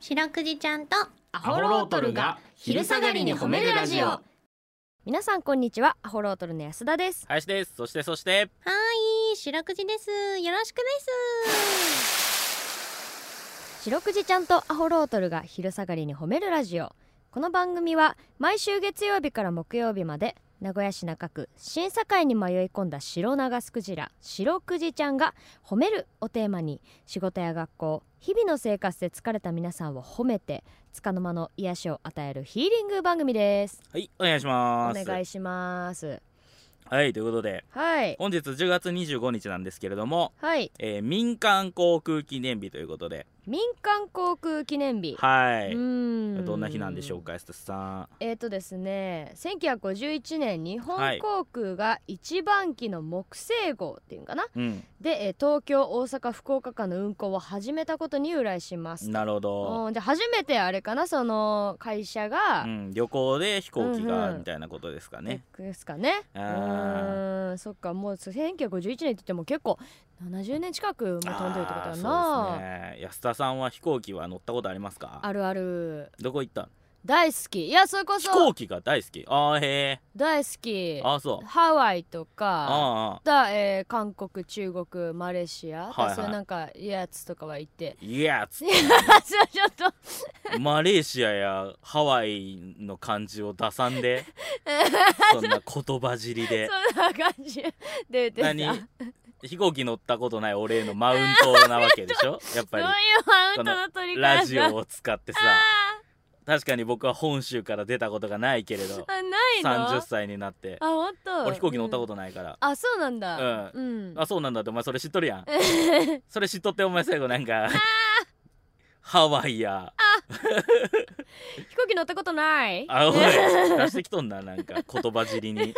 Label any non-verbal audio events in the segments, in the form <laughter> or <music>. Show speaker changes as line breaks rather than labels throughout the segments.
白くじちゃんと
ア
ホロートルが昼下がりに褒めるラジオ
皆さんこんにちはアホロートルの安田です
林ですそしてそして
はーい白くじですよろしくです
白くじちゃんとアホロートルが昼下がりに褒めるラジオこの番組は毎週月曜日から木曜日まで名古屋市中区審査会に迷い込んだ白長スクジラ白くじちゃんが「褒める」をテーマに仕事や学校日々の生活で疲れた皆さんを褒めて束の間の癒しを与えるヒーリング番組です
はいお願いし
お
ます
願いします
はいということで
はい
本日10月25日なんですけれども、
はい
えー民間航空記念日ということで
民間航空記念日
は
う
い
ーん
どんな日なんでしょうか安田さ
えーとですね1951年日
は
本
い
航空が一番機の木星号っていうのかな、
んうん
で、えー東京大阪福岡間の運航を始めたことに由来します
なるほど、
うん、で初めてあれかなその会社が、
うん、旅行で飛行機
うん
が
うん
みたいなことですかね、
ですかねう
あ
ーんそっかもう1951年って言っても結構70年近くもう
ー
飛んでるってことだ
あ
な
ーそう
あ,、
ですね安田さんは飛行機は乗ったことありますか
るある
どこ行った
大好きいやそれこ
飛
そ
行機が大好きあーへ
大好き
えあーそう
ハワイとか
ああ
だ、えー韓国中国マレーシア、
はいはい
そういうなんかやつとかは行って
いやつ
いや <laughs> それはちょっと
マレーシアやハワイの漢字を出さ
<laughs>
んでそんな言葉尻で
そんな感じ <laughs> で出てた
何
そういう
飛行機乗ったことない俺へのマウントなわけで
<laughs>
しょやっぱり
マウントの取り
ラ
方
ジオを使ってさ確かに僕は本州から出たことがないけれど
あないの
30歳になって
あ本当、
俺飛行機乗ったこととないから、
うんあそうなんだ
う
うん、 <laughs>
あそうなんだってお前それ知っとるやんそれ知っとってお前最後なんか <laughs> ハワイや
飛行機乗ったことない <laughs>
あおい
ど
出してきとんななんか言葉尻に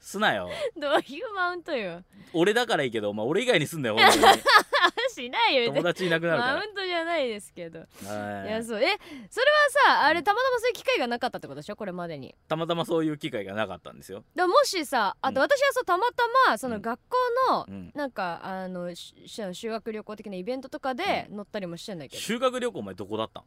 すなよ
ういうマウントよ
俺だからいいけど、まあ、俺以外にす
<laughs>
んだよほんまに
しないよ
友達いなくなる
マウ
か
ントじゃないですけど、、
ら、はいい
やそうえそれはさあれたまたまそういう機会がなかったってことでしょこれまでに
たまたまそういう機会がなかったんですよ、
だからもしさあと
うん
私はそうたまたまその
うん
学校の
うん、
なんかあのしし修学旅行的なイベントとかで乗ったりもしてんだけど、
修学旅行お前どこだったん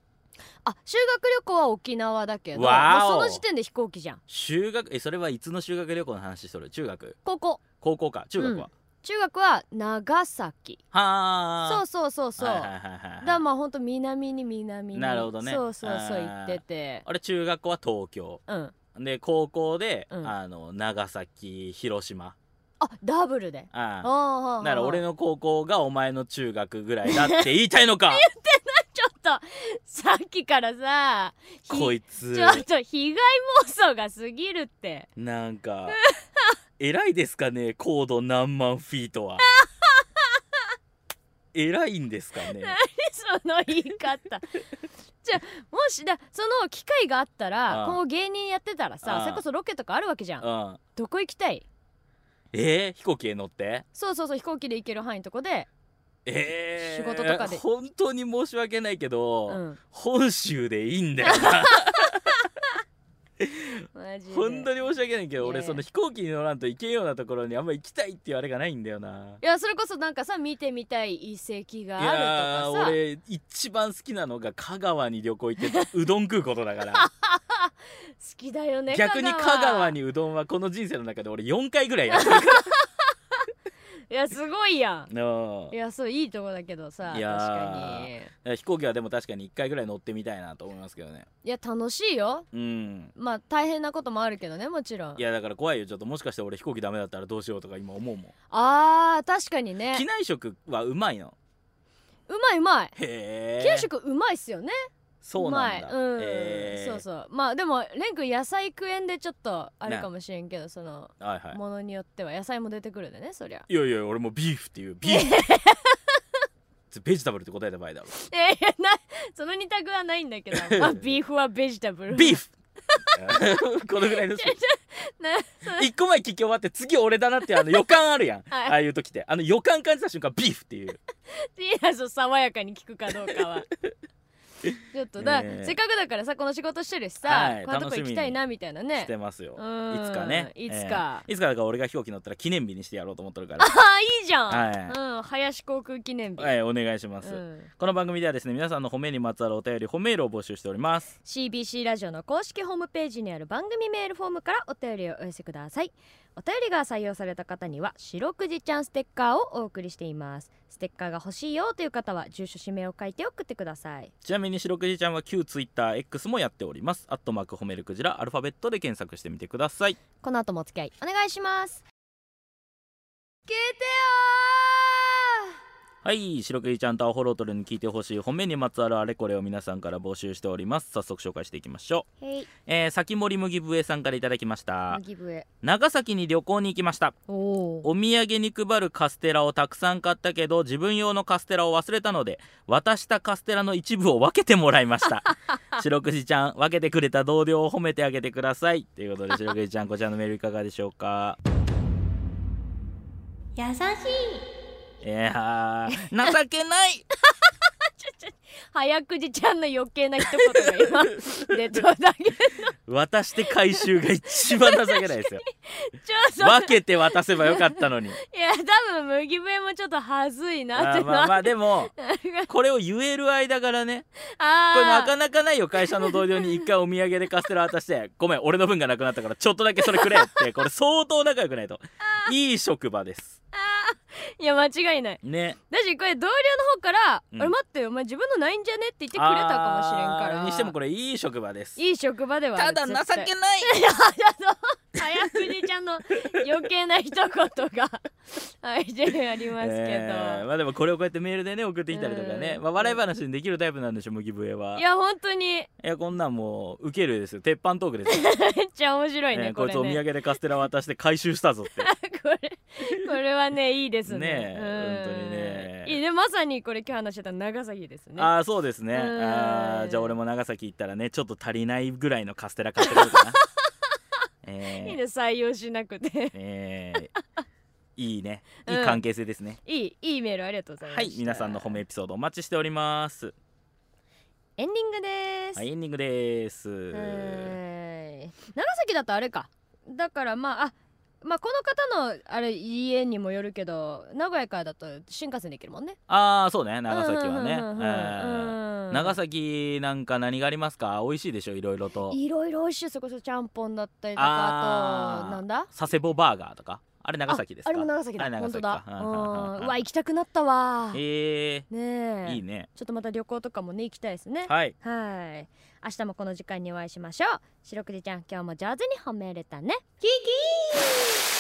あ修学旅行は沖縄だけど
わ
も
ー
う
お
その時点で飛行機じゃん
修学えそれはいつの修学旅行の話しとる中学
高校
高校か中学は、
うん
は
中学は長崎
あ
そうそうそうそう、
はいはいはいはい
だからまあほんと南に南に
なるほどね
そうそうそう
あー
行ってて
あれ中学校は東京
うん
で高校で、
うん
あの長崎広島
あダブルで
あ
あ
あ
あ
だから俺
の
の高校がお前の中学ぐらいだって言いたいの
<laughs>
か
<laughs> ちょっとさっきからさひ
こいつ
ちょっと被害妄想が過ぎるって
なんか偉いですかね高度何万フィートは偉いんですかね
<laughs> その言い方じゃあもしだその機会があったら
ああ
今後芸人やってたらさ
ああ
それこそロケとかあるわけじゃ
うんん
どこ行きたい
えー、飛行機へ乗って
そうそうそう飛行機で行ける範囲のとこで、
えー、
仕事とかで
本当に申し訳ないけど、
うん、
本州でいいんだよな
マジで
本当
い
に申し訳ないけど
い
俺
や
その飛行機に乗らんと行けんようなところにあんま行きたいっていうあれがないんだよな
やそれこそなんかさ見てみたい遺跡
いや
があ
ー
るとかさ
俺一番好きなのが香川に旅行行ってうどん食うことだ
<laughs>
から
好きだよね
逆に香川にうどんはこの人生の中で俺4回ぐらいやってるか
いやすごいや
らうん
んいやそういいとこだけどさ
い
確
やー
かに
飛行機はでも確かに1回ぐらい乗ってみたいなと思いますけどね
いや楽しいよ
うん
まあ大変なこともあるけどねもちろん
いやだから怖いよちょっともしかして俺飛行機ダメだったらどうしようとか今思うもん
あー確かにね
機内食はうまいの
うまいうまい
へえ
給食うまいっすよね
そうなんだ
うまいうん、
へー
そうそうまあでもレン君野菜食えんでちょっとあるかもしれんけど、その
はいはい
ものによっては野菜も出てくるでねそ
<laughs>
りゃ
いやいや俺もビーフっていうビー
<laughs>
フベジタブルって答えた場合だろ
いやいやなその二択はないんだけど、
<laughs>
まあ、ビーフはベジタブル
ビー
フ
フ <laughs> このぐらい
<laughs>
の
な
一個前聞き終わって次俺だなってあの予感あるやん、
<laughs> はい
ああいう時ってあ
<laughs>
の予感感じた瞬間ビーフっていう
いやそう爽やかに聞くかどうかはちょっとだ、
ねえ
せっかくだからさこの仕事してるしさ、
はい
こういうとこ行きたいなみたいなね
してますよい
うん
つかね
いつか
えーいつかだから俺が飛行機乗ったら記念日にしてやろうと思ってる
<laughs>
から
ああいいじゃん、うん林航空記念日、
はいお願いしま
う
す、
ん、
この番組ではですね皆さんの褒めにまつわるお便り褒めールを募集しております
CBC ラジオの公式ホームページにある番組メールフォームからお便りをお寄せくださいお便りが採用された方には「白くじちゃんステッカー」をお送りしていますステッカーが欲しいよという方は住所氏名を書いて送ってください
ちなみに白くじちゃんは旧 TwitterX もやっておりますアットマーク褒めるクジラアルファベットで検索してみてください
この後もお付き合いお願いします聞いて
はい白くじちゃんとアホロートルに聞いてほしい褒めにまつわるあれこれを皆さんから募集しております早速紹介していきましょう
よーはい
えー、先森麦笛さんからいただきました
麦笛
長崎に旅行に行きました
おお
お土産に配るカステラをたくさん買ったけど自分用のカステラを忘れたので渡したカステラの一部を分けてもらいました白くじちゃん分けてくれた同僚を褒めてあげてくださいということで白くじちゃんこちらのメールいかがでしょうか
優しい
いやー情けない
早くじちゃんの余計な一言
<laughs>
が今出ただけ
渡して回収が一番情けないですよ
ちょっと
分けて渡せばよかったのに
いや多分麦笛もちょっとはずいなっ
あ
て
ーまあま
な
あでもこれを言える間からねこれな
あ
かなかないよ会社の同僚に一回お土産でカステラ渡して「ごめん俺の分がなくなったからちょっとだけそれくれ」ってこれ相当仲良くないといい職場です
ーいや間違いない
ね
だしこれ同僚の方から「
うん
あれ待ってお前自分のないんじゃね?」って言ってくれたかもしれんか
あ
ら
ーにしてもこれいい職場です
いい職場ではあ
た
る
だ情
絶対
けない
早くじちゃんの余計な一言が <laughs> はいでありますけど、
えーまあでもこれをこうやってメールでね送ってきたりとかね、
うん
まあ、笑い話にできるタイプなんでしょ麦笛はいい
や本当に
やこんなんもうウケるですよ鉄板トークで
<laughs>
すよ、
めっちゃ面白いね
えー
こ
こい
れ
つお土
ね
産でカステラ渡して回収したぞって
<laughs> これこれはねいいですね
ねえ
うん
本当にね
いいねまさにこれ今日話してた長崎ですね
ああそうですね。
うん
あーじゃあ俺も長崎行ったらねちょっと足りないぐらいのカステラ買ってくるか
<laughs>
な。えー、
いいね採用しなくて <laughs>
えーいいね。
うん
いい関係性ですね。
いいいいメールありがとうございます
はい皆さんの褒めエピソードお待ちしております。
エンディングです、
はいエンディングです。
えー長崎だとあれかだからまああまあこの方のあれ家にもよるけど名古屋からだと新幹線で行けるもんね
ああそうね長崎はね。
うんうんうん
うん
うん
長崎なんか何がありますか美味しいでしょいろいろと。
いろいろ美味しいそれこそちゃんぽんだったりとかあ
あー
となんだ
佐世保バーガーとかあれ長崎ですか
ああれも長崎だ
あれ
本
長
当
崎
だ
か
うん
うんうんうんうん
うわ行きたくなったわね
えー、
え
いいね。
ちょっとまた旅行とかもね行きたいですね
はい
はい明日もこの時間にお会いしましょう白くじちゃん今日も上手に褒めれたねキキー